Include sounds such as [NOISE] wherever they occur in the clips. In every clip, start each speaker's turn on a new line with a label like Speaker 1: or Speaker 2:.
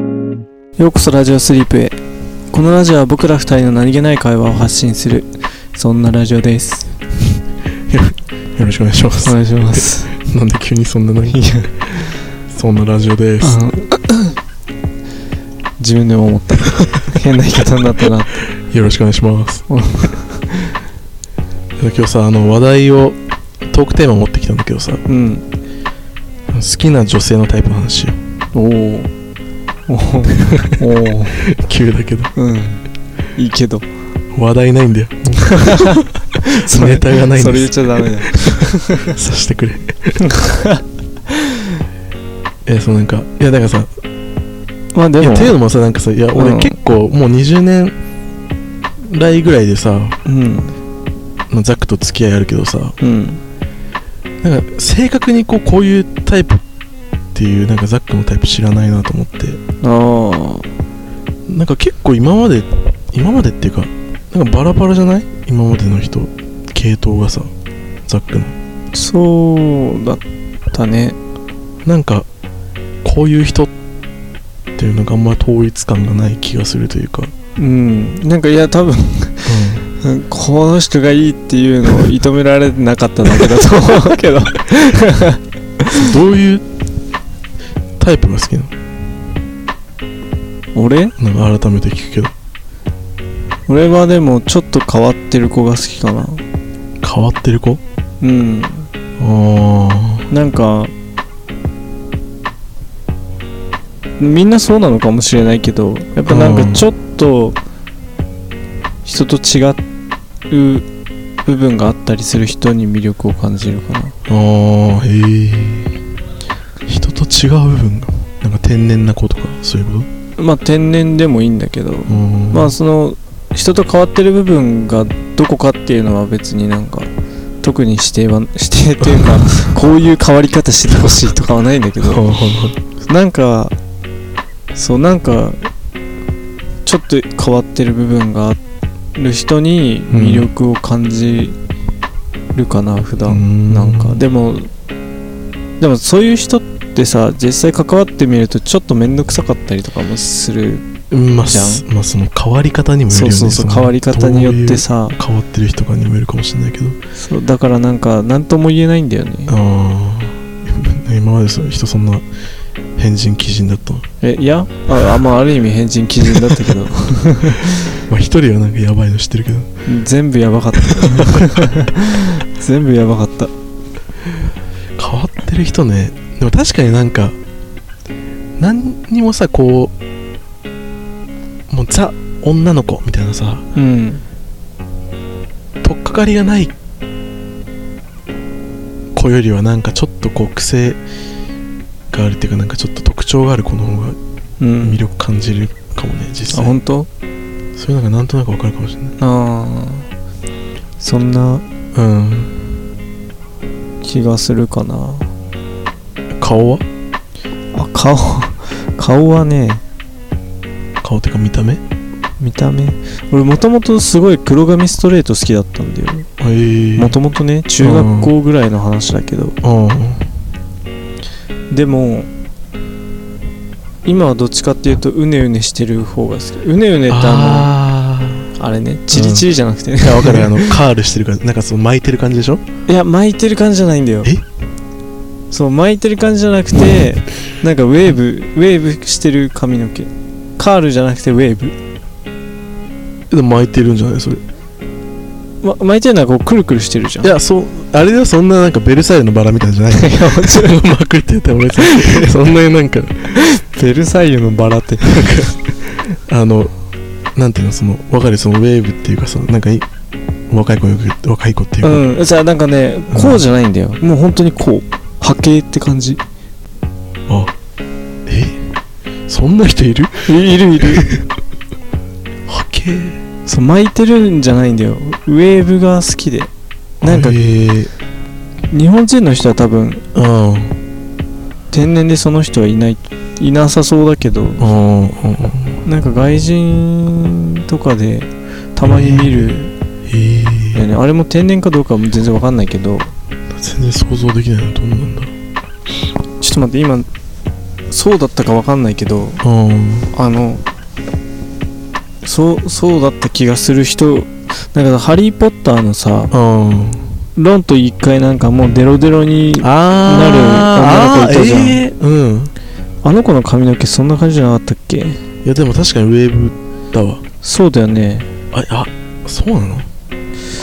Speaker 1: ようこそラジオスリープへこのラジオは僕ら二人の何気ない会話を発信するそんなラジオです
Speaker 2: よろしくお願いしま
Speaker 1: お
Speaker 2: す。
Speaker 1: 願いします
Speaker 2: なんで急にそんなのに。そんなラジオです
Speaker 1: あ。 [LAUGHS] の自分でも思った変な言い方になったな
Speaker 2: よろしくお願いします
Speaker 1: うん。
Speaker 2: 今日さ、あの話題を、トークテーマ持ってきたんだけどさ、
Speaker 1: うん
Speaker 2: 好きな女性のタイプの話よ。
Speaker 1: おおおおおお
Speaker 2: 急だけど。
Speaker 1: うんいいけど
Speaker 2: 話題ないんだよ。
Speaker 1: それ
Speaker 2: ネタがないんです
Speaker 1: それ言っちゃダメだよ
Speaker 2: さしてくれ。
Speaker 1: [LAUGHS]
Speaker 2: え、そうなんか、いや、だからさ、
Speaker 1: まあで
Speaker 2: いや、
Speaker 1: も
Speaker 2: っていうのもさ、なんかさ、いや、
Speaker 1: う
Speaker 2: 俺
Speaker 1: ん
Speaker 2: 結構もう20年来ぐらいでさ、
Speaker 1: うん
Speaker 2: まあザックと付き合いあるけどさ、
Speaker 1: うん
Speaker 2: なんか正確にこうこういうタイプっていうなんかザックのタイプ知らないなと思って
Speaker 1: あ
Speaker 2: なんか結構今まで今までっていうかなんかバラバラじゃない今までの人系統がさザックの
Speaker 1: あそうだったね
Speaker 2: なんかこういう人っていうのがあんまり統一感がない気がするというか、
Speaker 1: うんなんかいや多分うんこの人がいいっていうのを認められてなかっただけだと思うけど
Speaker 2: どういうタイプが好きな
Speaker 1: 俺
Speaker 2: のなんか改めて聞くけど
Speaker 1: 俺はでもちょっと変わってる子が好きかな
Speaker 2: 変わってる子
Speaker 1: うん
Speaker 2: あ
Speaker 1: なんかみんなそうなのかもしれないけどやっぱなんか
Speaker 2: うん
Speaker 1: ちょっと人と違う部分があったりする人に魅力を感じるかな
Speaker 2: ーあーへえ人と違う部分がなんか天然な子とかそういうこと
Speaker 1: まあ天然でもいいんだけどま
Speaker 2: ま
Speaker 1: あその人と変わってる部分がどこかっていうのは別になんか特に指定は [LAUGHS] 指定というか
Speaker 2: [LAUGHS]
Speaker 1: こういう変わり方してほしいとかはないんだけどなんかそうなんかちょっと変わってる部分がある人に魅力を感じるかな、普段なんかでもでもそういう人ってさ実際関わってみるとちょっと面倒くさかったりとかもする
Speaker 2: まあ
Speaker 1: じゃん
Speaker 2: すまあその変わり方にもよる
Speaker 1: そう
Speaker 2: よね
Speaker 1: そうそう
Speaker 2: の
Speaker 1: 変わり方によってさ
Speaker 2: どういう変わってる人かにもよるかもしれないけど
Speaker 1: そうだからなんか何とも言えないんだよね
Speaker 2: ああ [LAUGHS] 今までその人そんな変人鬼人だったの
Speaker 1: えいやああまあある意味変人基準だったけ [LAUGHS] ど
Speaker 2: まあ一人はなんかやばいの知ってるけど
Speaker 1: 全部やばかった [LAUGHS] 全部やばかった
Speaker 2: 変わってる人ねでも確かになんか何にもさこうもうザ女の子みたいなさ
Speaker 1: うん
Speaker 2: 取っかかりがない子よりはなんかちょっとこう癖があるっていうかなんかちょっと特徴がある子の方が
Speaker 1: うん
Speaker 2: 魅力感じるかもね、実
Speaker 1: あ
Speaker 2: 際
Speaker 1: 本当
Speaker 2: そういうのがなんとなくわかるかもしれない
Speaker 1: あーそんな
Speaker 2: うん
Speaker 1: 気がするかな
Speaker 2: 顔は
Speaker 1: あ顔顔はね
Speaker 2: 顔っていうか見た目
Speaker 1: 見た目俺もともとすごい黒髪ストレート好きだったんだよ
Speaker 2: ええ
Speaker 1: もともとね中学校ぐらいの話だけど
Speaker 2: うん
Speaker 1: でも今はどっちかっていうとうねうねしてる方が好きうねうねってあ
Speaker 2: あ
Speaker 1: のあれねチリチリじゃなくてね
Speaker 2: ーい、やわかるあのカールしてる感じなんかその巻いてる感じでしょ
Speaker 1: いや巻いてる感じじゃないんだよ
Speaker 2: え
Speaker 1: そう巻いてる感じじゃなくてなんかウェーブウェーブしてる髪の毛カールじゃなくてウェーブ、
Speaker 2: でも巻いてるんじゃないそれ
Speaker 1: ま、巻いてるのはこうくるくるしてるじゃん
Speaker 2: いやそうあれではそんななんかベルサイユのバラみたいなんじゃ
Speaker 1: [LAUGHS]
Speaker 2: ない
Speaker 1: いやもちろん
Speaker 2: まくりって言ったら俺さそんなになんか
Speaker 1: ベルサイユのバラって
Speaker 2: あの、なんていうの、その、わかる、そのウェーブっていうかさ、なんかい、若い子よく、若い子っていうか、
Speaker 1: うんじゃあなんかねこうじゃないんだよ、もう本当にこう波形って感じ
Speaker 2: あ、えそんな人いる
Speaker 1: いる
Speaker 2: [LAUGHS]
Speaker 1: いる
Speaker 2: 波形
Speaker 1: そう巻いてるんじゃないんだよウェーブが好きでなんか
Speaker 2: えー、
Speaker 1: 日本人の人は多分
Speaker 2: うん、
Speaker 1: 天然でその人はいないいなさそうだけど
Speaker 2: うん、うん。
Speaker 1: なんか外人とかでたまに見る
Speaker 2: えー、
Speaker 1: よねあれも天然かどうかは全然わかんないけど
Speaker 2: 全然想像できないの、どんなんだろ
Speaker 1: ちょっと待って今そうだったかわかんないけど
Speaker 2: う。うん。
Speaker 1: あのそうそうだった気がする人なんかさハリー・ポッターのさ
Speaker 2: うん
Speaker 1: ロンと一回なんかもうデロデロにあなる女の
Speaker 2: あー
Speaker 1: 子いたじゃん
Speaker 2: あーえーうん
Speaker 1: の子の髪の毛そんな感じじゃなかったっけ
Speaker 2: いやでも確かにウェーブだわ
Speaker 1: そうだよね
Speaker 2: ああそうなのあ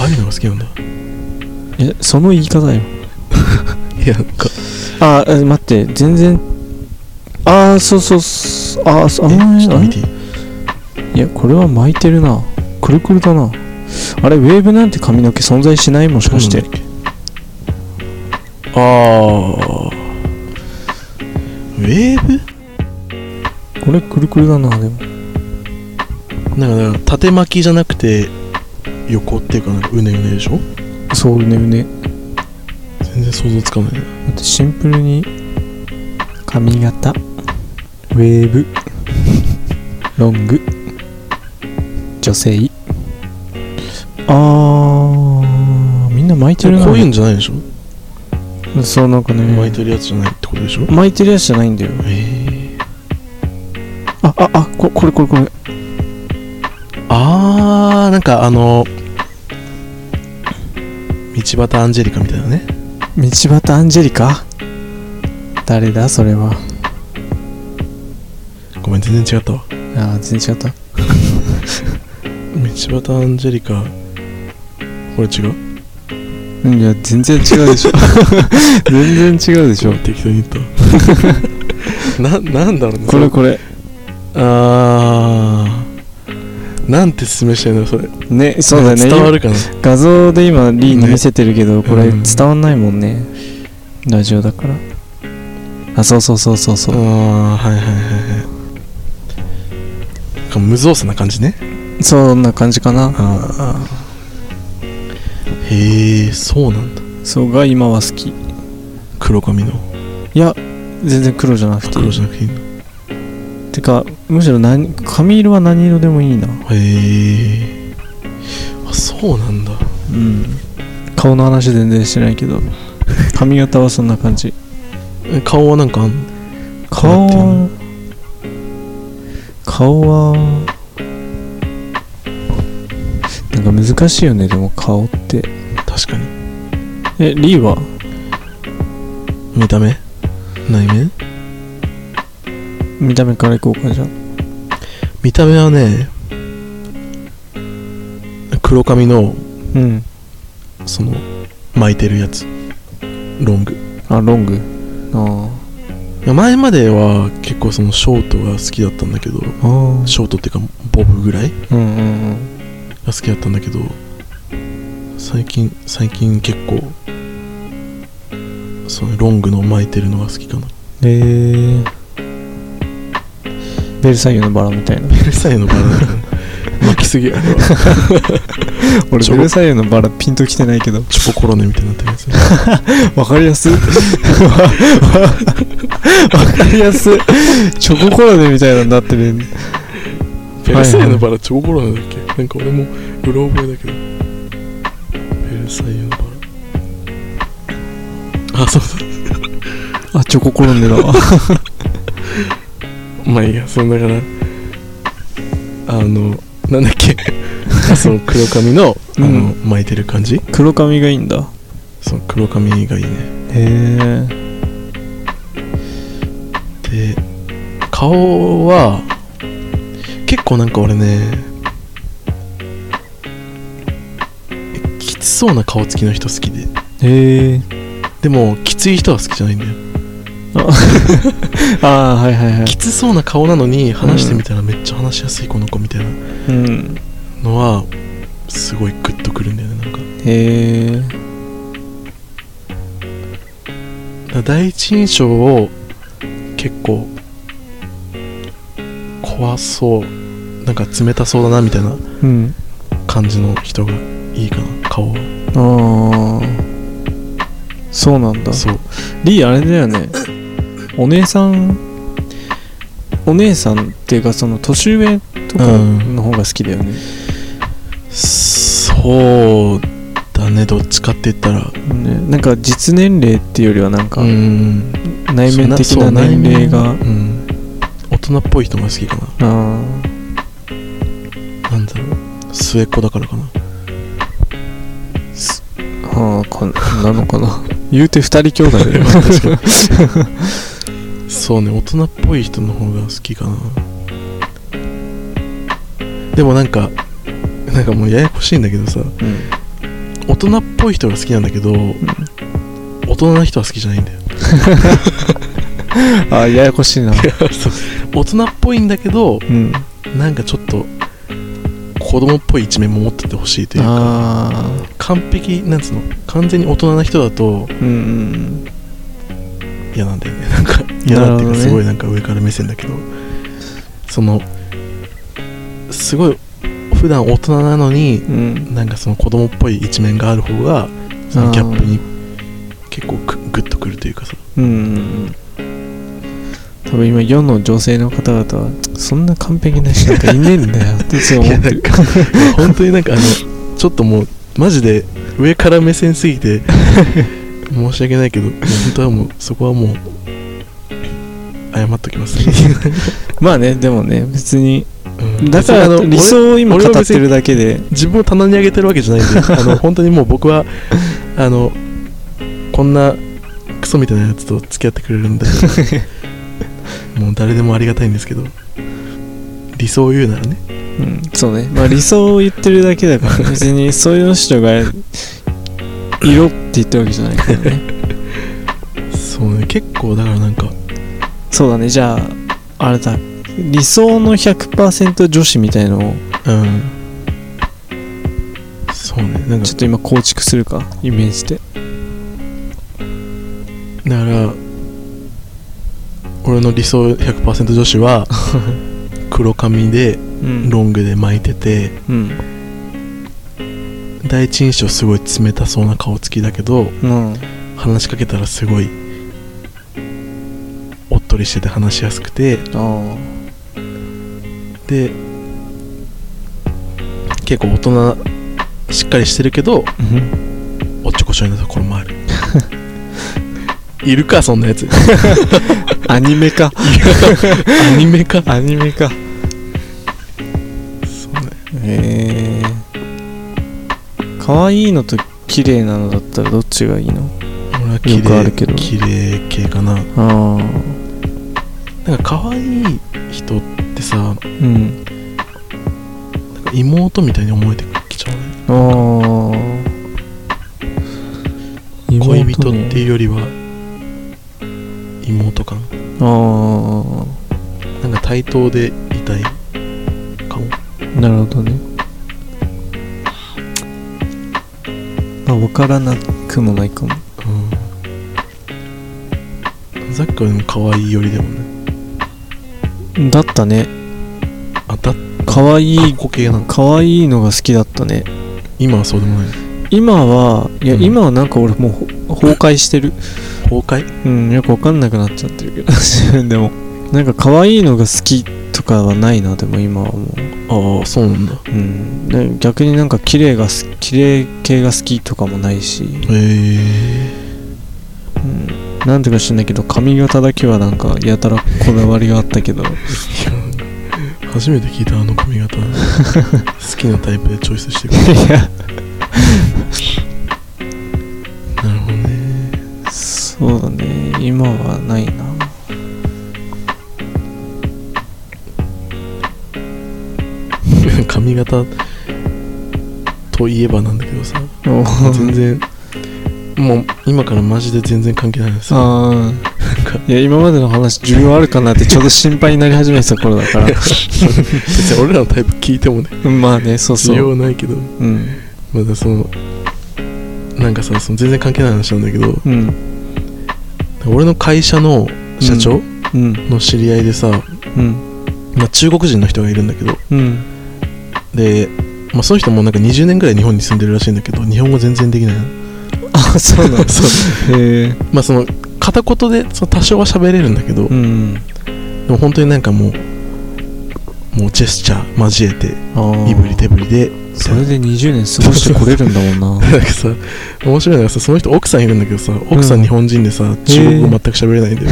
Speaker 2: あいうのが好きなんだ
Speaker 1: えその言い方よ
Speaker 2: いやなんか
Speaker 1: ああ待って全然ああそうそうそうあーそうあ
Speaker 2: え
Speaker 1: ー
Speaker 2: ちょっと見ていい
Speaker 1: いやこれは巻いてるなくるくるだなあれウェーブなんて髪の毛存在しないもしかして
Speaker 2: どうなんだっけああウェー
Speaker 1: これくるくるだなでも
Speaker 2: ブなんかだから縦巻きじゃなくて横っていうかなんかうねうねでしょ
Speaker 1: そうねうね
Speaker 2: 全然想像つかないね
Speaker 1: だってシンプルに髪型ウェーブロング女性あーみんな巻いてるな
Speaker 2: こういうんじゃないでしょ、
Speaker 1: そうなんかね
Speaker 2: 巻いてるやつじゃないってことでしょ
Speaker 1: 巻いてるやつじゃないんだよ
Speaker 2: ええ
Speaker 1: あああここれこれこれ
Speaker 2: あーなんかあの道端アンジェリカみたいなね
Speaker 1: 道端アンジェリカ誰だそれは
Speaker 2: ごめん全然違ったわ
Speaker 1: あー全然違った
Speaker 2: 道端アンジェリカこれ違う
Speaker 1: いや全然違うで [LAUGHS] しょ全然違うでしょ
Speaker 2: 適当に言った
Speaker 1: [LAUGHS]
Speaker 2: わななんだろうね
Speaker 1: これこれ
Speaker 2: あーなんて説明したらいいのそれ
Speaker 1: ねそうだよね
Speaker 2: 伝わるかな
Speaker 1: 画像で今リーに見せてるけど、
Speaker 2: ね
Speaker 1: これ
Speaker 2: うん
Speaker 1: 伝わんないもんね、ラジオだからあそうそうそうそうそう、
Speaker 2: あーはいはいはいはいなんか無造作な感じね
Speaker 1: そんな感じかな
Speaker 2: ああへえそうなんだ
Speaker 1: そうが今は好きい
Speaker 2: 黒髪の
Speaker 1: や全然黒じゃなくてい
Speaker 2: 黒
Speaker 1: い
Speaker 2: じゃなくていいの
Speaker 1: てかむしろ何髪色は何色でもいいな
Speaker 2: へえあそうなんだ
Speaker 1: うん顔の話全然してないけど髪型はそんな感じ
Speaker 2: え顔はなんかあんの
Speaker 1: 顔
Speaker 2: 変わ
Speaker 1: は顔はなんか難しいよねでも顔って
Speaker 2: 確かに
Speaker 1: えリーは
Speaker 2: 見た目内面
Speaker 1: 見た目からいこうかじゃあ
Speaker 2: 見た目はね黒髪の
Speaker 1: うん
Speaker 2: その巻いてるやつロング
Speaker 1: あロングあ
Speaker 2: いや前までは結構そのショートが好きだったんだけど
Speaker 1: ああ
Speaker 2: ショートっていうかボブぐらい
Speaker 1: うんうん
Speaker 2: が好きだったんだけど最近最近結構そのロングの巻いてるのが好きかな
Speaker 1: うんへえベルサイユのバラみたいな
Speaker 2: ベルサイユのバラだから巻きすぎやろ
Speaker 1: [LAUGHS] 俺
Speaker 2: ちょ
Speaker 1: ベルサイユのバラピンときてないけど
Speaker 2: チョココロネみたいになってるやつ
Speaker 1: わかりやす [LAUGHS] わかりやすチョココロネみたいなんだってね
Speaker 2: ベルサイユのバラチョココロネだっけなんか俺もうろ覚えだけどベルサイユのバラあそうそう
Speaker 1: あチョココロネだ [LAUGHS] わ
Speaker 2: まあいいやそんだからあのなんだっけあその黒髪のあの、
Speaker 1: うん
Speaker 2: 巻いてる感じ
Speaker 1: 黒髪がいいんだへ
Speaker 2: その黒髪がいいね
Speaker 1: え
Speaker 2: で顔は結構なんか俺ねきつそうな顔つきの人好きで
Speaker 1: へえ
Speaker 2: でもきつい人は好きじゃないんだよ
Speaker 1: ああはいはいはい
Speaker 2: きつそうな顔なのに話してみたらめっちゃ話しやすいこの子みたいな
Speaker 1: うん
Speaker 2: のはすごいグッとくるんだよねなんかだ
Speaker 1: へえ
Speaker 2: から第一印象を結構怖そうなんか冷たそうだなみたいな
Speaker 1: うん
Speaker 2: 感じの人がいいかな顔は
Speaker 1: ああそうなんだ
Speaker 2: そう
Speaker 1: リーあれだよねお姉さんお姉さんっていうかその年上とかの方が好きだよね、
Speaker 2: そうだねどっちかって言ったら
Speaker 1: ねなんか実年齢っていうよりはなんか
Speaker 2: ん
Speaker 1: 内面的な年齢が、
Speaker 2: うん、大人っぽい人が好きかな
Speaker 1: あ
Speaker 2: 末っ子だからかな [LAUGHS]
Speaker 1: はあかなのかな [LAUGHS] 言うて二人兄弟だよ
Speaker 2: そうね大人っぽい人の方が好きかなでもなんかなんかもうややこしいんだけどさ
Speaker 1: うん
Speaker 2: 大人っぽい人が好きなんだけど、大人な人は好きじゃない
Speaker 1: [LAUGHS]
Speaker 2: んだよ
Speaker 1: あややこ [LAUGHS] しいな
Speaker 2: そう大人っぽいんだけど
Speaker 1: うん
Speaker 2: なんかちょっと子供っぽい一面も持っててほしいというか
Speaker 1: ああ
Speaker 2: 完璧なんつうの完全に大人な人だと
Speaker 1: うんうん
Speaker 2: 嫌なんだよね [LAUGHS] なんか嫌だってい
Speaker 1: なるほど
Speaker 2: うか
Speaker 1: ね
Speaker 2: すごいなんか上から目線だけどそのすごい普段大人なのに
Speaker 1: うん
Speaker 2: なんかその子供っぽい一面がある方がそのギャップに結構くグッとくるというかさ
Speaker 1: うんうん多分今世の女性の方々はそんな完璧な人なんかいねえんだよっていつも思ってる
Speaker 2: [LAUGHS] 本当になんかあのちょっともうマジで上から目線す
Speaker 1: [LAUGHS]
Speaker 2: ぎて申し訳ないけど本当はもうそこはもう謝っときます、
Speaker 1: まあねでもね別に
Speaker 2: うん
Speaker 1: だから
Speaker 2: 別にあの
Speaker 1: 理想を今
Speaker 2: 俺は
Speaker 1: 語っ
Speaker 2: 別に
Speaker 1: てるだけで
Speaker 2: 自分を棚に上げてるわけじゃない
Speaker 1: [LAUGHS]
Speaker 2: んであの本当にもう僕はあのこんなクソみたいなやつと付き合ってくれるんで
Speaker 1: [LAUGHS]
Speaker 2: もう誰でもありがたいんですけど理想を言うならね
Speaker 1: うん、そうね、まあ、理想を言ってるだけだから別にそういう人が色って言ったわけじゃないからね
Speaker 2: そうね結構だからなんか
Speaker 1: そうだねじゃああれだ理想の100%女子みたいのを
Speaker 2: うんそうねなんか
Speaker 1: ちょっと今構築するかイメージで
Speaker 2: だから俺の理想100%女
Speaker 1: [LAUGHS]
Speaker 2: 子は黒髪で
Speaker 1: うん
Speaker 2: ロングで巻いてて
Speaker 1: うん
Speaker 2: 第一印象すごい冷たそうな顔つきだけど
Speaker 1: うん
Speaker 2: 話しかけたらすごいおっとりしてて話しやすくて
Speaker 1: あ
Speaker 2: で結構大人しっかりしてるけど
Speaker 1: あ
Speaker 2: おっちょこちょいなところも
Speaker 1: [LAUGHS]
Speaker 2: あるいるかそんなやつ
Speaker 1: アニメか
Speaker 2: アニメか
Speaker 1: アニメか
Speaker 2: そうね
Speaker 1: へえ可愛いのと綺麗なのだったらどっちがいいの
Speaker 2: 俺は綺
Speaker 1: よくあ
Speaker 2: 麗
Speaker 1: るけど
Speaker 2: 綺麗系かな
Speaker 1: ああ
Speaker 2: なんか可愛い人ってさなんか
Speaker 1: うん
Speaker 2: 妹みたいに思えてきちゃうね
Speaker 1: ああ
Speaker 2: 恋人っていうよりは妹感
Speaker 1: あ
Speaker 2: なんか対等でいたいかも
Speaker 1: あなるほどねまあ分からなくもないかも
Speaker 2: うんザックはでも可愛い寄りだもんね
Speaker 1: だったね
Speaker 2: あたっ
Speaker 1: 可愛
Speaker 2: いい
Speaker 1: い
Speaker 2: 子系なの
Speaker 1: 可愛いのが好きだったね
Speaker 2: 今はそうでもない
Speaker 1: 今はいや、
Speaker 2: うん
Speaker 1: 今はなんか俺もうほ崩壊してる
Speaker 2: 崩壊
Speaker 1: うんよく分かんなくなっちゃってるけど [LAUGHS] 自分でもなんか可愛いのが好きとかはないなでも今はもう
Speaker 2: ああそうなんだ
Speaker 1: うんで逆になんか綺麗がす綺麗系が好きとかもないし
Speaker 2: へえ
Speaker 1: うんなんていうか知んないけど髪型だけはなんかやたらこだわりがあったけど
Speaker 2: 初めて聞いたあの髪 [LAUGHS] 型好きなタイプでチョイスしてくる
Speaker 1: い
Speaker 2: [LAUGHS] なるほどね
Speaker 1: やそうだね今はないな
Speaker 2: [LAUGHS] 髪型といえばなんだけどさ
Speaker 1: お
Speaker 2: 全然もう今からマジで全然関係ないですよ
Speaker 1: あ
Speaker 2: なんか
Speaker 1: あいや今までの話需要あるかなってちょうど心配になり始めてた頃だから
Speaker 2: [LAUGHS] 別に俺らのタイプ聞いてもね
Speaker 1: うん [LAUGHS] まあねそう
Speaker 2: 需
Speaker 1: そう
Speaker 2: 要ないけど
Speaker 1: うん
Speaker 2: まだそのなんかさその全然関係ない話なんだけど
Speaker 1: うん
Speaker 2: 俺の会社の社長
Speaker 1: うん
Speaker 2: の知り合いでさ、
Speaker 1: うん
Speaker 2: まあ、中国人の人がいるんだけど
Speaker 1: うん
Speaker 2: で、まあ、その人もなんか20年ぐらい日本に住んでるらしいんだけど日本語全然できないの
Speaker 1: あそうなんだ
Speaker 2: [LAUGHS] そう
Speaker 1: へえ
Speaker 2: まあその片言でその多少は喋れるんだけど、
Speaker 1: うん
Speaker 2: でも本当になんかもうもうジェスチャー交えて
Speaker 1: あー
Speaker 2: 身振り手振りで
Speaker 1: それで20年過ごしてこれるんだもんな
Speaker 2: なんかさ面白いのがさその人奥さんいるんだけどさ奥さん日本人でさ、中国語全く喋れないん
Speaker 1: [LAUGHS]
Speaker 2: だよ、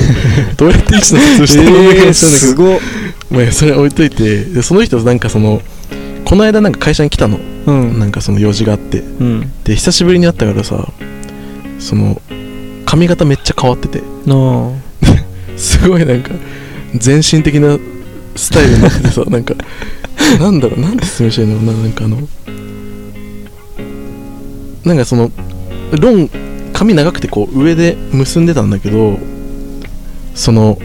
Speaker 2: どうやって意思の疎通してるのかわかんないんだけど
Speaker 1: ごっ
Speaker 2: まあ、それ置いといてでその人なんかそのこの間なんか会社に来たの、
Speaker 1: うん
Speaker 2: なんかその用事があって
Speaker 1: うん
Speaker 2: で久しぶりに会ったからさその髪型めっちゃ変わってて
Speaker 1: の
Speaker 2: すごいなんか全身的なスタイルになっててさなんかなんだろうなんて説明したらいいんだろうななんかあのなんかそのロン髪長くてこう上で結んでたんだけどその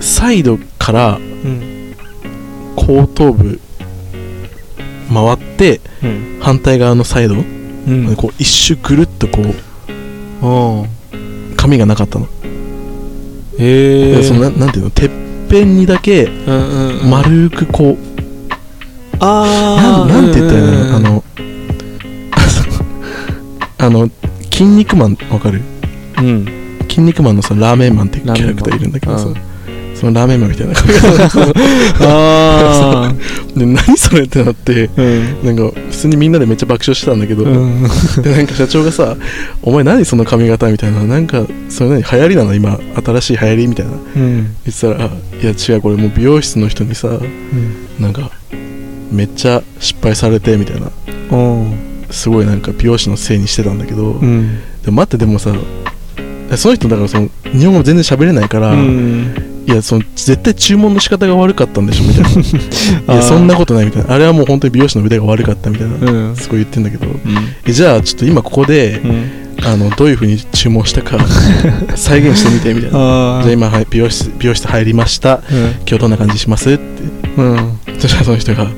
Speaker 2: サイドから
Speaker 1: うん
Speaker 2: 後頭部回って
Speaker 1: うん
Speaker 2: 反対側のサイド、
Speaker 1: うん
Speaker 2: こう一周ぐるっとこう
Speaker 1: ああ
Speaker 2: 髪がなかったの,、
Speaker 1: へえ
Speaker 2: そのななんていうのてっぺんにだけ
Speaker 1: うんうんうん
Speaker 2: 丸くこうな
Speaker 1: ああ
Speaker 2: んなんて言ったらいいのあの [LAUGHS] あの「筋肉マン」わかる
Speaker 1: うん
Speaker 2: 「筋肉マン」のさラーメンマンっていうキ
Speaker 1: ラーメンマ
Speaker 2: ャラ
Speaker 1: ン
Speaker 2: クターいるんだけどさ、
Speaker 1: うん
Speaker 2: そのラーメンマンみたいな髪型
Speaker 1: あ
Speaker 2: [LAUGHS] で何それってなって
Speaker 1: あうん
Speaker 2: なんか普通にみんなでめっちゃ爆笑してたんだけど、
Speaker 1: うん
Speaker 2: でなんか社長がさ「お前何その髪型」みたいななんかそれ何流行りなの今新しい流行りみたいな
Speaker 1: うん
Speaker 2: 言ってたらあ「いや違うこれもう美容室の人にさなんかめっちゃ失敗されて」みたいな
Speaker 1: うん
Speaker 2: すごいなんか美容師のせいにしてたんだけど、
Speaker 1: うん
Speaker 2: でも待ってでもさその人だからその日本語全然喋れないから、
Speaker 1: うん
Speaker 2: いやその絶対注文の仕方が悪かったんでしょみたいない
Speaker 1: [LAUGHS] あー
Speaker 2: やそんなことないみたいなあれはもう本当に美容師の腕が悪かったみたいな、
Speaker 1: うん
Speaker 2: すごい言ってんだけどえじゃあちょっと今ここで
Speaker 1: うん
Speaker 2: あのどういうふうに注文し
Speaker 1: [LAUGHS]
Speaker 2: たか再現してみてみたいな
Speaker 1: ああ
Speaker 2: じゃあ今はい美容室美容室入りました今日どんな感じしますって
Speaker 1: うんうん
Speaker 2: そしたらその人が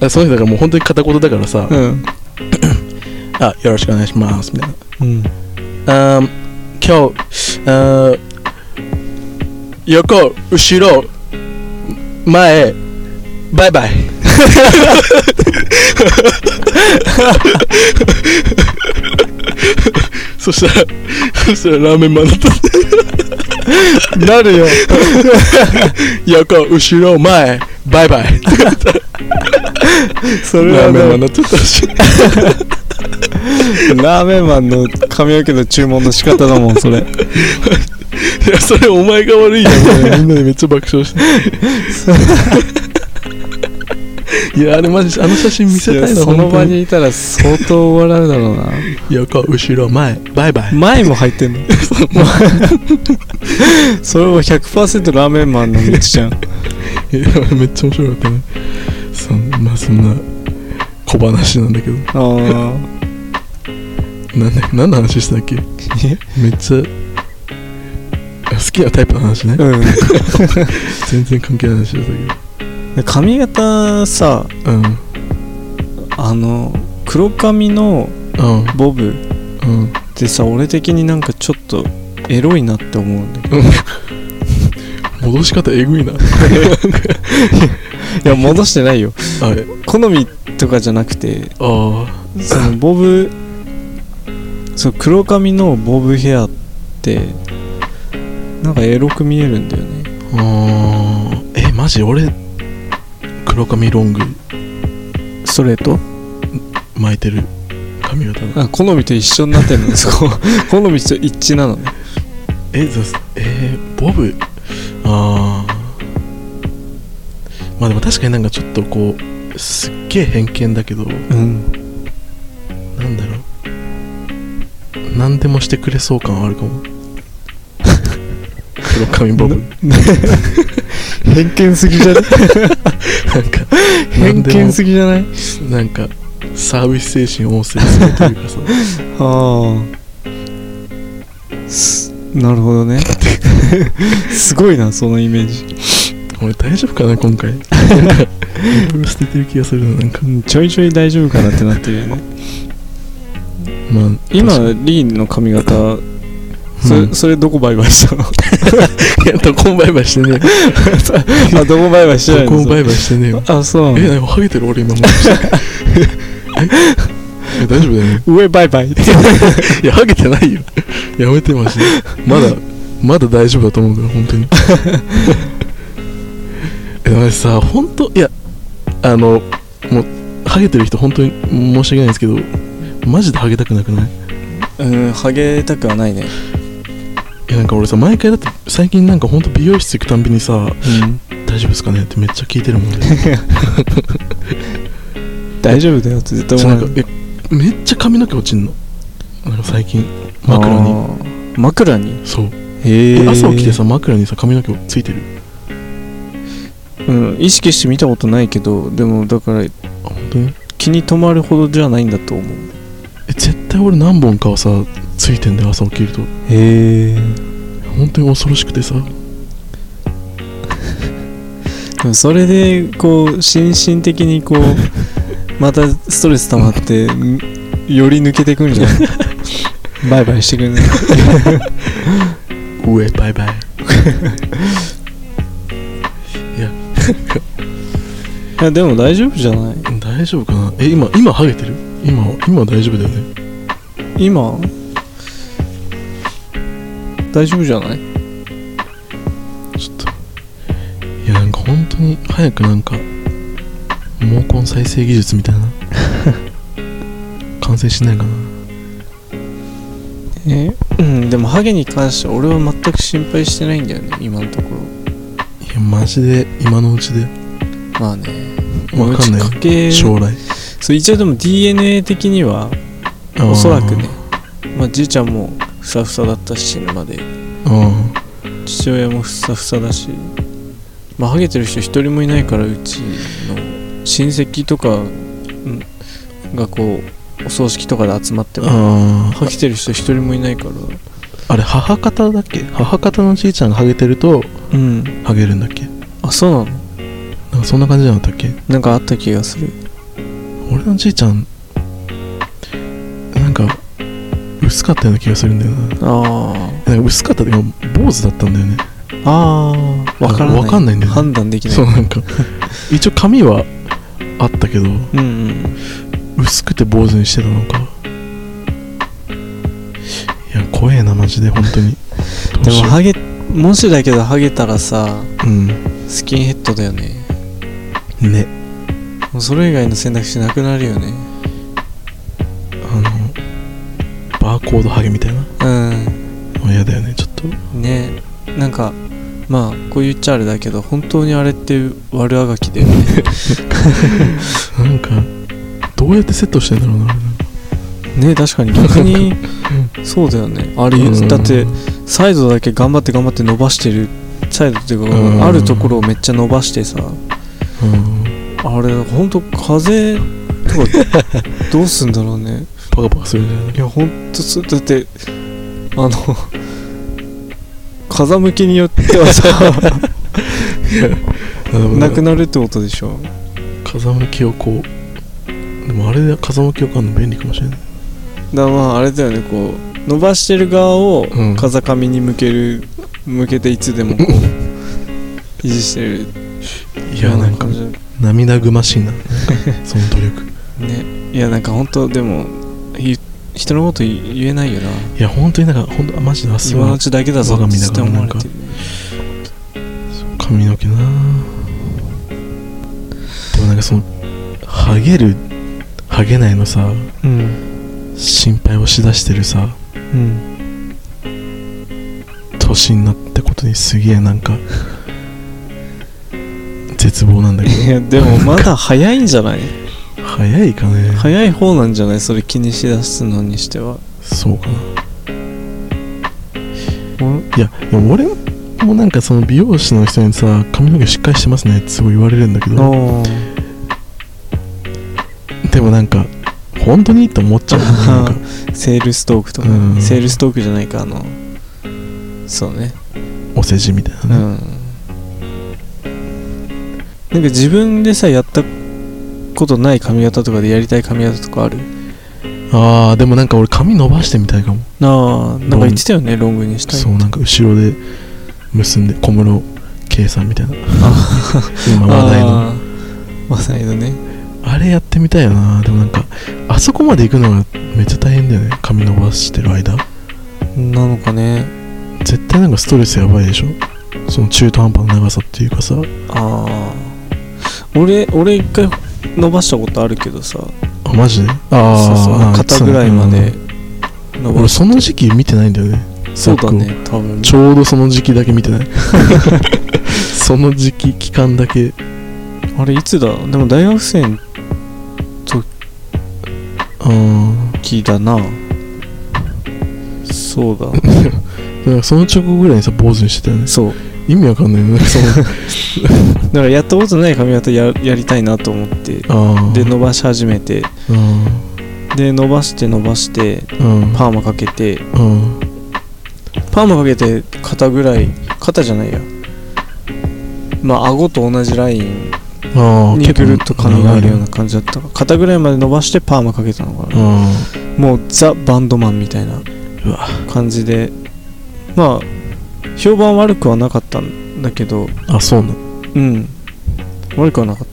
Speaker 2: あその人がもう本当に片言だからさ、
Speaker 1: うん
Speaker 2: あよろしくお願いしますみたいな
Speaker 1: うん
Speaker 2: あー今日あー横後ろ前バイバイそしたらそしたらラーメンマンだった
Speaker 1: なるよ
Speaker 2: 横後ろ前バイバイ
Speaker 1: それ
Speaker 2: ラー
Speaker 1: は
Speaker 2: メンマ
Speaker 1: で
Speaker 2: ンにな
Speaker 1: も
Speaker 2: っちゃったらしい
Speaker 1: ラーメンマンの髪の毛の注文の仕方だもんそれ
Speaker 2: いやそれお前が悪いよみんなでめっちゃ爆笑 [LAUGHS] していやあれマジあの写真見せたい
Speaker 1: いや
Speaker 2: な
Speaker 1: その
Speaker 2: 本当
Speaker 1: 場にいたら相当笑うだろう [LAUGHS] な
Speaker 2: 横後ろ前バイバイ
Speaker 1: 前も入 [LAUGHS] ってんのそれは100%ラーメンマンの道じゃん
Speaker 2: いやめっちゃ面白かったねそんまあそんな小話なんだけど
Speaker 1: あ
Speaker 2: なんだ何の話したっけめっちゃあ好きなタイプの話ね
Speaker 1: あう
Speaker 2: 全然関係ない話だった
Speaker 1: ん髪型さ
Speaker 2: けどうん
Speaker 1: あの黒髪の
Speaker 2: うん
Speaker 1: ボブ
Speaker 2: うん
Speaker 1: ってさ俺的になんかちょっとエロいなって思うんだけ
Speaker 2: 戻し方えぐいな
Speaker 1: どいや戻してないよ
Speaker 2: あ
Speaker 1: 好みとかじゃなくて
Speaker 2: あ
Speaker 1: そのボブそう黒髪のボブヘアってなんかエロく見えるんだよね
Speaker 2: ーあーえマジ俺黒髪ロング
Speaker 1: ストレート
Speaker 2: 巻いてる髪型の
Speaker 1: あ好みと一緒になってるの [LAUGHS] そこ好みと一致なのね
Speaker 2: えざえー、ボブああまあでも確かになんかちょっとこうすっげえ偏見だけど
Speaker 1: うん
Speaker 2: なんだろう何でもしてくれそう感あるかも [LAUGHS] 黒髪ボブなん
Speaker 1: 偏見すぎじゃない
Speaker 2: か
Speaker 1: [LAUGHS] 偏見
Speaker 2: す
Speaker 1: すぎじゃない
Speaker 2: なんかサービス精神旺盛そうというかさ
Speaker 1: ああすなるほど [LAUGHS] ねすごいなそのイメージ、
Speaker 2: 俺大丈夫かな今回なんかいろいろ捨ててる気がするななんか
Speaker 1: うん、ちょいちょい大丈夫かなってなってるよね
Speaker 2: まあ
Speaker 1: 今
Speaker 2: 確か
Speaker 1: リーンの髪型そ
Speaker 2: うん
Speaker 1: れそれどこバイバイしたの
Speaker 2: いやどこもバイバイしてね
Speaker 1: あどこバイバイして
Speaker 2: え
Speaker 1: ない
Speaker 2: よどこ
Speaker 1: の
Speaker 2: もバイバイしてねえよ
Speaker 1: あそう
Speaker 2: え、なんかハゲてる俺今もうええ大丈夫だよね
Speaker 1: 上バイバイ
Speaker 2: いやハゲてないよやめてマジでまだまだ大丈夫だと思うから本当にえマジさ本当いやあのもうハゲてる人本当に申し訳ないんですけどマジでハゲたくなくない
Speaker 1: うんハゲたくはないね
Speaker 2: いやなんか俺さ毎回だって最近なんか本当美容室行くたんびにさ
Speaker 1: うん
Speaker 2: 大大丈夫ですかねってめっちゃ聞いてるもんね [LAUGHS]
Speaker 1: 大丈夫だよって絶対
Speaker 2: そう
Speaker 1: 思
Speaker 2: な
Speaker 1: わ
Speaker 2: んか
Speaker 1: ない
Speaker 2: えめっちゃ髪の毛落ちんのなんか最近枕に
Speaker 1: に枕に
Speaker 2: そう、
Speaker 1: へえ
Speaker 2: 朝起きてさ枕にさ髪の毛ついてる
Speaker 1: うん、意識して見たことないけどでもだから
Speaker 2: あ本当に
Speaker 1: 気に留まるほどじゃないんだと思う
Speaker 2: え絶対俺何本かはさついてんだよ朝起きると
Speaker 1: へえ
Speaker 2: 本当に恐ろしくてさ
Speaker 1: でもそれでこう心身的に
Speaker 2: [LAUGHS]
Speaker 1: こうまたストレス溜まってんより抜けてくんじゃ
Speaker 2: [LAUGHS]
Speaker 1: ないバイバイしてくれない
Speaker 2: 上バイバイいや
Speaker 1: いやでも大丈夫じゃない
Speaker 2: 大丈夫かなえ今今ハゲてる今今大丈夫だよね
Speaker 1: 今大丈夫じゃない
Speaker 2: ちょっといやなんか本当に早くなんか毛根再生技術みたいな完成しないかな
Speaker 1: えうんでもハゲに関しては俺は全く心配してないんだよね今のところ
Speaker 2: いやマジで今のうちで
Speaker 1: まあね
Speaker 2: わかんない
Speaker 1: 打ち掛け
Speaker 2: 将来、
Speaker 1: そう一応でも DNA 的には
Speaker 2: あー
Speaker 1: おそらくねまあじいちゃんもふさふさだったし死ぬまで
Speaker 2: あ
Speaker 1: 父親もふさふさだしまあハゲてる人一人もいないからうちの親戚とかうんがこうお葬式とかで集まって
Speaker 2: ー
Speaker 1: も
Speaker 2: あー
Speaker 1: ハゲてる人一人もいないから
Speaker 2: あれ母方だっけ母方のじいちゃんがハゲてると
Speaker 1: うん
Speaker 2: ハゲるんだっけ
Speaker 1: あそうなの
Speaker 2: なんかそんな感じじゃなかったっけ
Speaker 1: なんかあった気がする
Speaker 2: 俺のじいちゃんなんか薄かったような気がするんだよな
Speaker 1: あ
Speaker 2: なんか薄かったっていうか坊主だったんだよね
Speaker 1: ーあーわからない
Speaker 2: わかんないんだよね
Speaker 1: 判断できない
Speaker 2: そうなんか一応髪はあったけど
Speaker 1: うんうん
Speaker 2: 薄くて坊主にしてたのかいや怖えなマジで本当に
Speaker 1: [LAUGHS] で
Speaker 2: どう
Speaker 1: も
Speaker 2: しよ
Speaker 1: ハゲもしだけどハゲたらさ
Speaker 2: ううん
Speaker 1: スキンヘッドだよね
Speaker 2: ね
Speaker 1: もうそれ以外の選択肢なくなるよね
Speaker 2: あのバーコードハゲみたいな
Speaker 1: う
Speaker 2: もう嫌だよねちょっと
Speaker 1: んねなんかまあこう言っちゃあれだけど本当にあれって悪あがきだよ
Speaker 2: [LAUGHS]
Speaker 1: ね
Speaker 2: なんかどうやってセットしてんだろうな
Speaker 1: ね確かに逆にそうだよねあれ、
Speaker 2: 俺うん
Speaker 1: だってサイドだけ頑張って頑張って伸ばしてるサイドっていうか、
Speaker 2: うん
Speaker 1: あるところをめっちゃ伸ばしてさ
Speaker 2: うん
Speaker 1: あれほんと風邪とかどうすんだろうね
Speaker 2: パカパカするんじゃない
Speaker 1: い
Speaker 2: [LAUGHS]
Speaker 1: やほんとすだってあの風向きによってはさなくなるってことでしょ
Speaker 2: 風向きをこうでもあれで風向きを買うの便利かもしれない
Speaker 1: だからまああれだよねこう伸ばしてる側を
Speaker 2: うん
Speaker 1: 風上に向ける、向けていつで
Speaker 2: [LAUGHS]
Speaker 1: もこう維持してる
Speaker 2: いやなんか
Speaker 1: 感じね
Speaker 2: 涙ぐましい
Speaker 1: [LAUGHS]
Speaker 2: ななんかその努力
Speaker 1: いやなんか本当でもい人のこと言えないよない
Speaker 2: や本当になんか本当あマジであっそ
Speaker 1: 今の
Speaker 2: う
Speaker 1: うちだけだぞ
Speaker 2: 我が
Speaker 1: って
Speaker 2: 身だ
Speaker 1: 絶
Speaker 2: か
Speaker 1: 対
Speaker 2: ら
Speaker 1: 思われてる
Speaker 2: 髪の毛なでもなんかそのハゲるハゲないのさ
Speaker 1: うん
Speaker 2: 心配をしだしてるさ
Speaker 1: うん
Speaker 2: 年になったことにすげえなんか絶望なんだけ
Speaker 1: いやでもまだ早いんじゃない
Speaker 2: ど早いかね
Speaker 1: 早い方なんじゃないそれ気にしだすのにしては
Speaker 2: そうかないやでも俺もなんかその美容師の人にさ髪の毛しっかりしてますねってすごい言われるんだけど
Speaker 1: お
Speaker 2: でもなんか本当にって思っちゃうなんか
Speaker 1: セールストークとか、
Speaker 2: うん
Speaker 1: セールストークじゃないかあのそうね
Speaker 2: お世辞みたい
Speaker 1: うん
Speaker 2: なね、
Speaker 1: なんか自分でさやったことない髪型とかでやりたい髪型とかある
Speaker 2: ああでもなんか俺髪伸ばしてみたいかも、
Speaker 1: ああなんか言ってたよねロングにしたい
Speaker 2: そうなんか後ろで結んで小室圭さんみたいな
Speaker 1: [LAUGHS]
Speaker 2: 今話題のあ
Speaker 1: あー話題のね
Speaker 2: れやってみたいよなでもなんかあそこまで行くのがめっちゃ大変だよね髪伸ばしてる間
Speaker 1: なのかね
Speaker 2: 絶対なんかストレスやばいでしょその中途半端な長さっていうかさ
Speaker 1: ああ俺俺一回伸ばしたことあるけどさ
Speaker 2: あマジで
Speaker 1: そうそう
Speaker 2: ああ
Speaker 1: 肩ぐらいまで伸ば
Speaker 2: 俺
Speaker 1: し
Speaker 2: その時期見てないんだよね
Speaker 1: そうだね多分。
Speaker 2: ちょうどその時期だけ見てないその時期期間だけ
Speaker 1: あれいつだでも大学生の
Speaker 2: あ
Speaker 1: 時だなそうだ
Speaker 2: あなんかその直後ぐらいにさ坊主にしてたよね
Speaker 1: そう
Speaker 2: 意味わかんないよ
Speaker 1: [LAUGHS]
Speaker 2: ねその
Speaker 1: だからやったことない髪型ややりたいなと思って
Speaker 2: ああ
Speaker 1: で伸ばし始めて
Speaker 2: うん
Speaker 1: で伸ばして伸ばして
Speaker 2: うん
Speaker 1: パーマかけて
Speaker 2: うん
Speaker 1: パーマかけて肩ぐらい肩じゃないやまあ顎と同じライン
Speaker 2: ああ
Speaker 1: にぐるっと髪があるような
Speaker 2: 結
Speaker 1: 感じだったから肩ぐらいまで伸ばしてパーマかけたのかな、
Speaker 2: 構長いね
Speaker 1: もうザ・バンドマンみたいな
Speaker 2: うんうわ
Speaker 1: 感じでまあ評判悪くはなかったんだけど
Speaker 2: あそうなの
Speaker 1: うん悪くはなかっ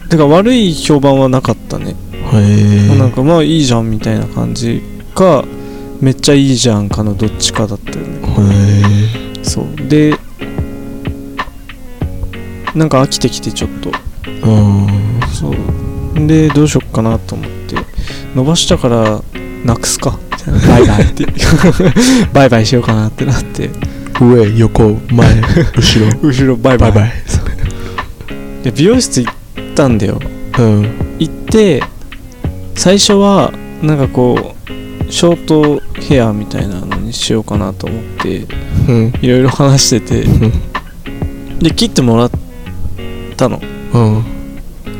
Speaker 1: た [LAUGHS] てか悪い評判はなかったね、
Speaker 2: へえ
Speaker 1: なんかまあいいじゃんみたいな感じかめっちゃいいじゃんかのどっちかだったよね
Speaker 2: へ
Speaker 1: そうでなんか飽きてきてちょっと
Speaker 2: えうん
Speaker 1: そうでどうしよっかなと思って伸ばしたからなくすかみたいなバイバイって [LAUGHS] バイバイしようかなってなって
Speaker 2: 上横
Speaker 1: [LAUGHS]
Speaker 2: 前後ろ
Speaker 1: 後ろバイ
Speaker 2: バイバイ
Speaker 1: で美容室行ったんだよ
Speaker 2: うん
Speaker 1: 行って最初はなんかこうショートヘアみたいなのにしようかなと思って
Speaker 2: うん
Speaker 1: いろいろ話しててで切ってもらったの
Speaker 2: うん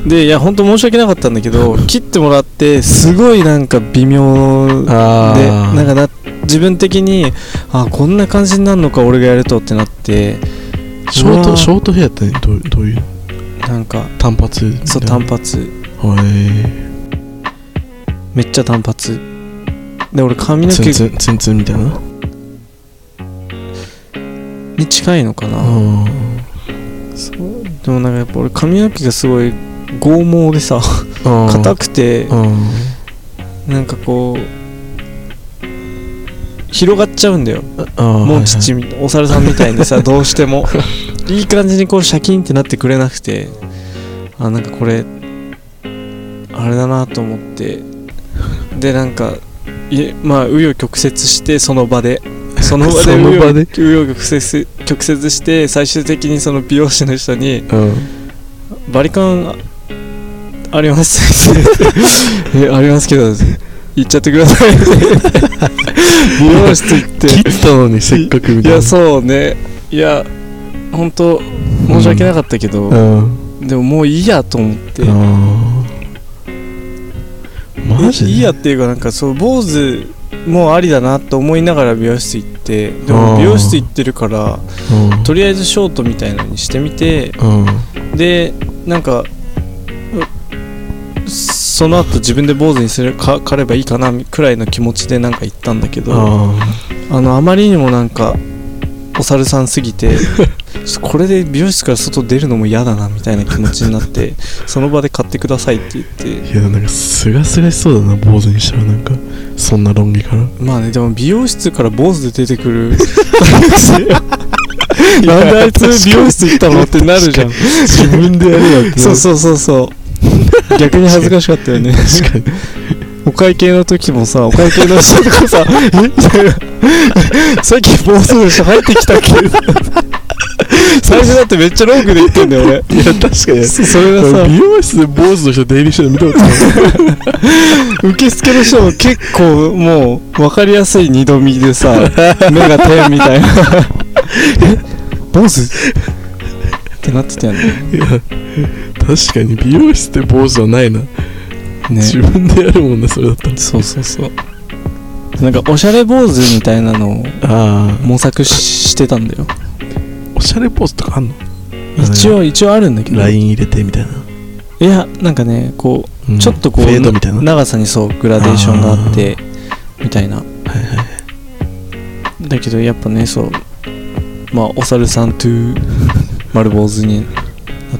Speaker 1: でいや本当申し訳なかったんだけ [LAUGHS] ど切ってもらってすごいなんか微妙で
Speaker 2: あー
Speaker 1: なんかな自分的にあこんな感じになるのか俺がやるとってなって
Speaker 2: ショー
Speaker 1: うわ
Speaker 2: トショートヘアってどうどういう
Speaker 1: なんか
Speaker 2: 単発みたいな
Speaker 1: そう単発
Speaker 2: へ
Speaker 1: めっちゃ単発で俺髪
Speaker 2: え
Speaker 1: の
Speaker 2: ツ
Speaker 1: 毛
Speaker 2: ンツンツンツンみたいな
Speaker 1: に近いのか
Speaker 2: あ
Speaker 1: な
Speaker 2: ー
Speaker 1: そうでもなんかやっぱ俺髪の毛がすごい剛毛でさ
Speaker 2: あー
Speaker 1: 硬くて
Speaker 2: うん
Speaker 1: なんかこう広がっちゃうんだよ
Speaker 2: あ
Speaker 1: もう父
Speaker 2: い
Speaker 1: みお猿さんみたいに [LAUGHS] さどうしてもいい感じにこうシャキンってなってくれなくてあなんかこれあれだなと思ってでなんかいえまあ紆余曲折してその場で [LAUGHS] その場で
Speaker 2: その
Speaker 1: 紆
Speaker 2: 場
Speaker 1: 余
Speaker 2: で
Speaker 1: 紆余曲折曲折して最終的にその美容師の人に
Speaker 2: はいはい
Speaker 1: 「バリカンああります」 [LAUGHS] えありますけど」行っちゃってください」って [LAUGHS] 美
Speaker 2: [LAUGHS]
Speaker 1: 容室行って
Speaker 2: うん切ったのにせっかくみ
Speaker 1: い
Speaker 2: たいな
Speaker 1: やそうねいや本当申し訳なかったけど、
Speaker 2: うん
Speaker 1: でももういいやと思って、
Speaker 2: あーマジで
Speaker 1: いいやっていうかなんかそう坊主もうありだなと思いながら美容室行ってで
Speaker 2: あ
Speaker 1: も
Speaker 2: ー
Speaker 1: 美容室行ってるから
Speaker 2: うん
Speaker 1: とりあえずショートみたいなのにしてみて
Speaker 2: うん
Speaker 1: でなんかうその後自分で坊主にするかかればいいかなくらいの気持ちでなんか行ったんだけど
Speaker 2: あ
Speaker 1: あのあまりにもなんかお猿さんすぎ [LAUGHS] てちょっとこれで美容室から外出るのも嫌だなみたいな気持ちになってその場で買ってくださいって言って
Speaker 2: ーいやなんかすがすがしそうだな坊主にしたらなんかそんな論議
Speaker 1: [LAUGHS]
Speaker 2: から
Speaker 1: まあねでも美容室から坊主で出てくるなん [LAUGHS] であいつ美容室行ったのってなるじゃん
Speaker 2: 自分でやるわって
Speaker 1: そうそうそうそう逆に恥ずかしかったよね
Speaker 2: 確かに
Speaker 1: [LAUGHS] お会計の時もさお会計の人とか [LAUGHS] さ「えみたいなさっき坊主の人入ってきたっけ?」 [LAUGHS] 最初だってめっちゃロングで言ってんだよ俺
Speaker 2: いや確かに
Speaker 1: そそれがさ
Speaker 2: 美容室で坊主の人出入りしてるの見たことない
Speaker 1: 受付の人も結構もう分かりやすい二度見で [LAUGHS] さ目が点みたいなえ [LAUGHS] 坊主ってなってたよね
Speaker 2: いや確かに美容室で坊主はないな、
Speaker 1: ね
Speaker 2: 自分でやるもんなそれだったら
Speaker 1: そうそうそうなんかおしゃれ坊主みたいなのを
Speaker 2: ああ
Speaker 1: 模索ししてたんだよ
Speaker 2: おしゃれ坊主とかあんの
Speaker 1: 一応一応あるんだけど
Speaker 2: LINE 入れてみたいな、
Speaker 1: いやなんかねこう
Speaker 2: うん
Speaker 1: ちょっとこ
Speaker 2: フェード
Speaker 1: う
Speaker 2: みたいな
Speaker 1: 長さにそうグラデーションがあってみたいな
Speaker 2: はいはい
Speaker 1: だけどやっぱねそうまあお猿さんと丸坊主になっ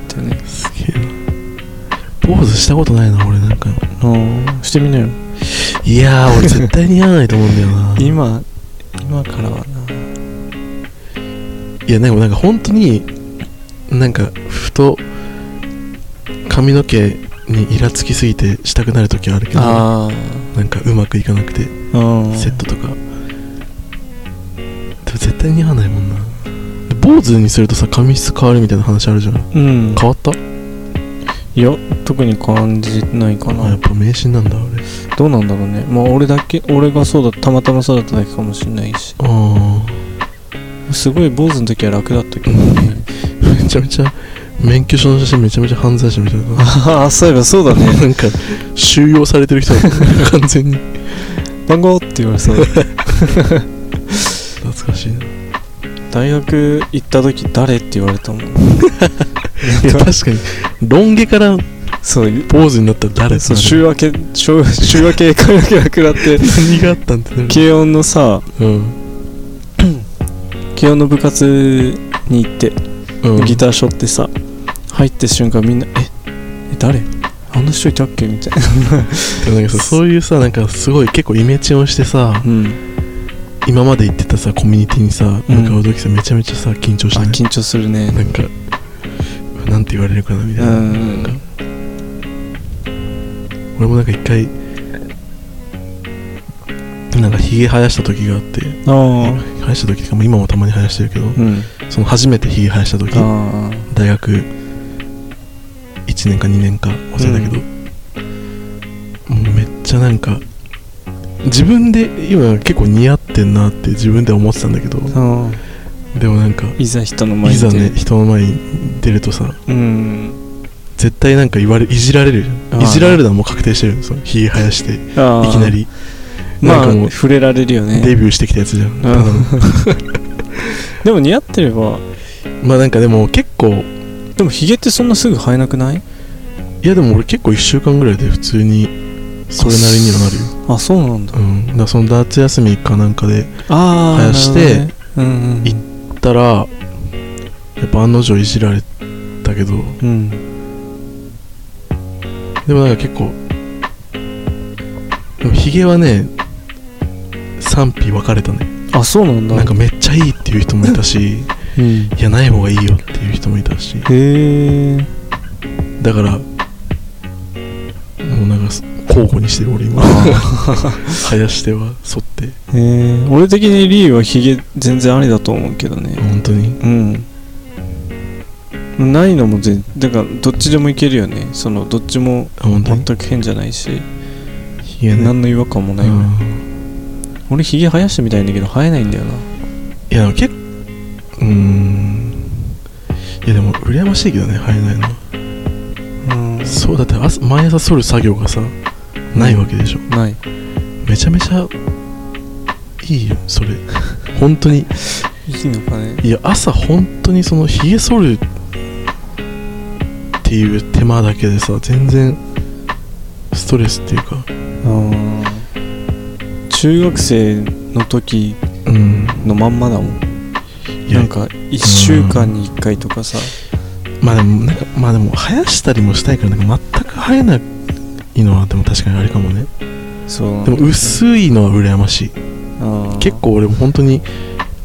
Speaker 1: たよね
Speaker 2: すげえな坊主したことないな俺なんか
Speaker 1: うんしてみなよ
Speaker 2: いやー俺絶対似合わ [LAUGHS] ないと思うんだよな
Speaker 1: 今今からはない
Speaker 2: やでもなんか本当になんかふと髪の毛にイラつきすぎてしたくなる時はあるけどな
Speaker 1: あ
Speaker 2: んかうまくいかなくて
Speaker 1: あうん
Speaker 2: セットとかでも絶対似合わないもんなで坊主にするとさ髪質変わるみたいな話あるじゃない
Speaker 1: うん
Speaker 2: 変わった
Speaker 1: いや特に感じないか
Speaker 2: あや
Speaker 1: な
Speaker 2: っぱ迷信なんだ俺
Speaker 1: どうなんだろうねまあ俺だけ俺がそうだたまたまそうだっただけかもしれないし
Speaker 2: あ
Speaker 1: すごい坊主の時は楽だったけどね
Speaker 2: あめちゃめちゃ免許証の写真めちゃめちゃ犯罪者みたいな
Speaker 1: [LAUGHS] あ
Speaker 2: [LAUGHS]
Speaker 1: あそういえばそうだね
Speaker 2: なんか収容されてる人
Speaker 1: [LAUGHS]
Speaker 2: だった完全に
Speaker 1: 番号って言われそう
Speaker 2: 懐かしいな
Speaker 1: 大学行った時誰って言われたもん
Speaker 2: いや確かにロン毛から
Speaker 1: そう
Speaker 2: 坊主になったら誰
Speaker 1: そう
Speaker 2: 収
Speaker 1: 週明け週週明け [LAUGHS] 髪の毛なくなって
Speaker 2: 何があったんってなる
Speaker 1: 軽音のさ
Speaker 2: うん
Speaker 1: 軽音の部活に行って
Speaker 2: うん
Speaker 1: ギター背負ってさ入って瞬間みんな「ええ誰あんな人いたっけ?」みたいな
Speaker 2: でもなんかさそういうさなんかすごい結構イメチェンをしてさ
Speaker 1: うん
Speaker 2: 今まで行ってたさコミュニティにさ
Speaker 1: うん
Speaker 2: 向かう時さめちゃめちゃさ緊張し
Speaker 1: [LAUGHS] あ
Speaker 2: ない
Speaker 1: 緊張するね
Speaker 2: なんかなんて言われるかなみたいな,、
Speaker 1: うんうん
Speaker 2: なんか俺もなんか一回なんかひげ生やした時があって
Speaker 1: ああ
Speaker 2: 生やした時っていうかまあ今もたまに生やしてるけど
Speaker 1: うん
Speaker 2: その初めてひげ生やした時
Speaker 1: あ
Speaker 2: 大学1年か2年か忘れたけど、もうめっちゃなんか自分で今結構似合ってんなって自分では思ってたんだけど
Speaker 1: あああ
Speaker 2: でもなんか
Speaker 1: いざ人の前
Speaker 2: い
Speaker 1: に出
Speaker 2: ざ
Speaker 1: る
Speaker 2: ね人の前に出るとさ
Speaker 1: うん
Speaker 2: 絶対なんか言われいじられるじゃ
Speaker 1: あ
Speaker 2: ん
Speaker 1: ー
Speaker 2: いじられるのはもう確定してるそのひげ生やしてい
Speaker 1: いき
Speaker 2: きなり
Speaker 1: ま
Speaker 2: なんかも
Speaker 1: あ
Speaker 2: う
Speaker 1: 触れられるよね
Speaker 2: デビューしてきたやつじゃん、
Speaker 1: んでも似合ってれば
Speaker 2: まあなんかでも結構い
Speaker 1: でもヒゲってそんなすぐ生えなくない
Speaker 2: やでも俺結構1週間ぐらいで普通にそれなりにはなるよ
Speaker 1: あそうなんだ
Speaker 2: うん、だからその夏休みかなんかで
Speaker 1: ああ
Speaker 2: 生やして
Speaker 1: うん
Speaker 2: い行ったらやっぱ案の定いじられたけど
Speaker 1: うんうん
Speaker 2: でもなんか結構でもヒゲはね賛否分かれたね
Speaker 1: あそうなんだ
Speaker 2: なんかめっちゃいいっていう人もいたしい
Speaker 1: うん
Speaker 2: やない方がいいよっていう人もいたし
Speaker 1: へえ
Speaker 2: だからもうなんか交互にしてる俺 [LAUGHS] 今生やしては剃って
Speaker 1: えー、俺的にリーはヒゲ全然ありだと思うけどね
Speaker 2: 本当に
Speaker 1: うんないのも全だからどっちでもいけるよねそのどっちも
Speaker 2: あ本当
Speaker 1: 全
Speaker 2: に
Speaker 1: く変じゃないし、
Speaker 2: ヒゲね
Speaker 1: 何の違和感もない、
Speaker 2: うん
Speaker 1: 俺ヒゲ生やしてみたいんだけど生えないんだよない
Speaker 2: やでも結構うーんいやでも羨ましいけどね生えないのは
Speaker 1: うん
Speaker 2: そうだって朝毎朝剃る作業がさないわけでしょ
Speaker 1: ない
Speaker 2: めちゃめちゃいいよ [LAUGHS] それ本当に
Speaker 1: いいのかね
Speaker 2: いや朝本当にそのひげ剃るっていう手間だけでさ全然ストレスっていうか
Speaker 1: うん中学生の時
Speaker 2: うん
Speaker 1: のまんまだもん
Speaker 2: いや
Speaker 1: なんか1週間に1回とかさ
Speaker 2: まあでもなんかまあでも生やしたりもしたいからなんか全く生えないのはでも確かにあれかもね
Speaker 1: そう
Speaker 2: でも薄いのは羨ましい
Speaker 1: あー
Speaker 2: 結構俺も本当に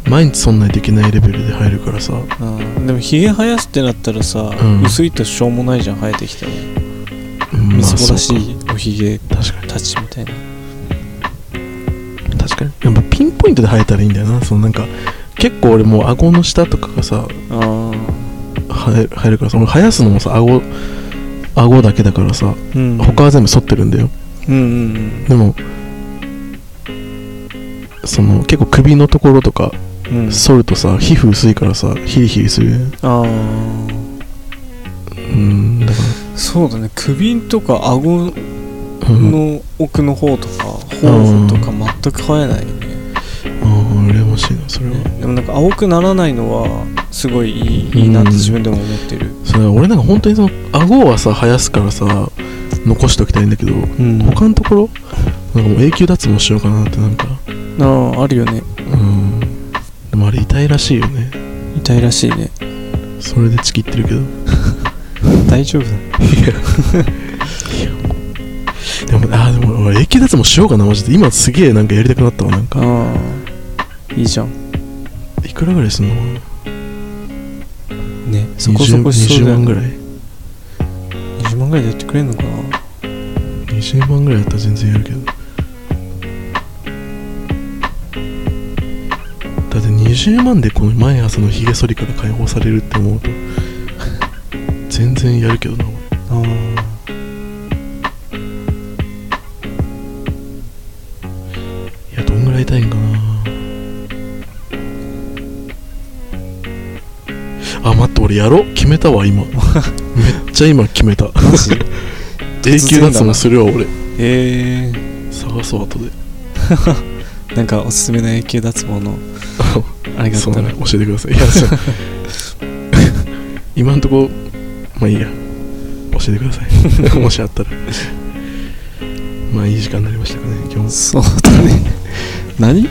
Speaker 2: 毎日そんなにできないレベルで入るからさ
Speaker 1: うんでもひげ生やすってなったらさ、
Speaker 2: うん
Speaker 1: 薄いとしょうもないじゃん生えてきても
Speaker 2: うんまあ
Speaker 1: みすぼら
Speaker 2: そ
Speaker 1: し
Speaker 2: うか
Speaker 1: いおひげ
Speaker 2: 確かに
Speaker 1: たちみたいな
Speaker 2: 確かにやっぱピンポイントで生えたらいいんだよなそのなんか結構俺もう顎の下とかがさ
Speaker 1: あ
Speaker 2: 生え生えるからさ俺生やすのもさ顎顎だけだからさ
Speaker 1: ーうん
Speaker 2: 他は全部剃ってるんだよ
Speaker 1: うんうん
Speaker 2: でもその結構首のところとか
Speaker 1: うんうん
Speaker 2: 剃るとさ皮膚薄いからさヒリヒリする
Speaker 1: あー
Speaker 2: うんだか
Speaker 1: そうだね首とか顎
Speaker 2: らうん
Speaker 1: の奥の方とか頬とか全く生えないよね、
Speaker 2: ああ羨ましいなそれは
Speaker 1: でもなんか青くならないのはすごいいいいいなって自分でも思ってる
Speaker 2: それ俺なんか本当にその顎はさ生やすからさ残しておきたいんだけど
Speaker 1: うん
Speaker 2: 他のところなんかもう永久脱毛しようかなってなんか
Speaker 1: あああるよね
Speaker 2: うんでもあれ痛いらしいよね
Speaker 1: 痛いらしいね
Speaker 2: それでチキってるけど
Speaker 1: 大丈夫だ
Speaker 2: でもあーでも俺永久脱毛しようかなマジで今すげえなんかやりたくなったわなんか
Speaker 1: ああいいじゃん
Speaker 2: いくらぐらいすんのかな
Speaker 1: ねそこそこしそう
Speaker 2: 20
Speaker 1: だよ
Speaker 2: 万
Speaker 1: ね
Speaker 2: ぐらい
Speaker 1: 20万ぐらいでやってくれんのかな
Speaker 2: 20万ぐらいだったら全然やるけどだって2 20万でこの毎朝のヒゲ剃りから解放されるって思うと全然やるけどな俺
Speaker 1: あ
Speaker 2: いやどんぐらい痛いんかなあ待って俺やろう決めた
Speaker 1: [LAUGHS]
Speaker 2: わ今めっちゃ今決めた
Speaker 1: マジ
Speaker 2: 永久脱毛するわ俺
Speaker 1: えー
Speaker 2: 探そう [LAUGHS] 後で
Speaker 1: なんかおすすめの永久脱毛のあれがあっ
Speaker 2: そう
Speaker 1: た
Speaker 2: な
Speaker 1: ら
Speaker 2: の教えてくださいいや [LAUGHS] そう今んとこまあいいや教えてくださ [LAUGHS] いもしあったらまあいい時間になりましたかね今日も
Speaker 1: そうだね何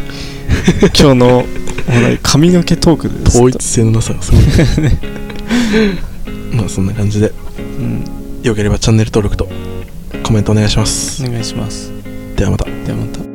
Speaker 1: 今日 [LAUGHS] のほら髪の毛トークです
Speaker 2: 統一性のなさがすご [LAUGHS] い [LAUGHS] まあそんな感じで
Speaker 1: うん
Speaker 2: よければチャンネル登録とコメントお願いします
Speaker 1: お願いします
Speaker 2: ではまた
Speaker 1: ではまた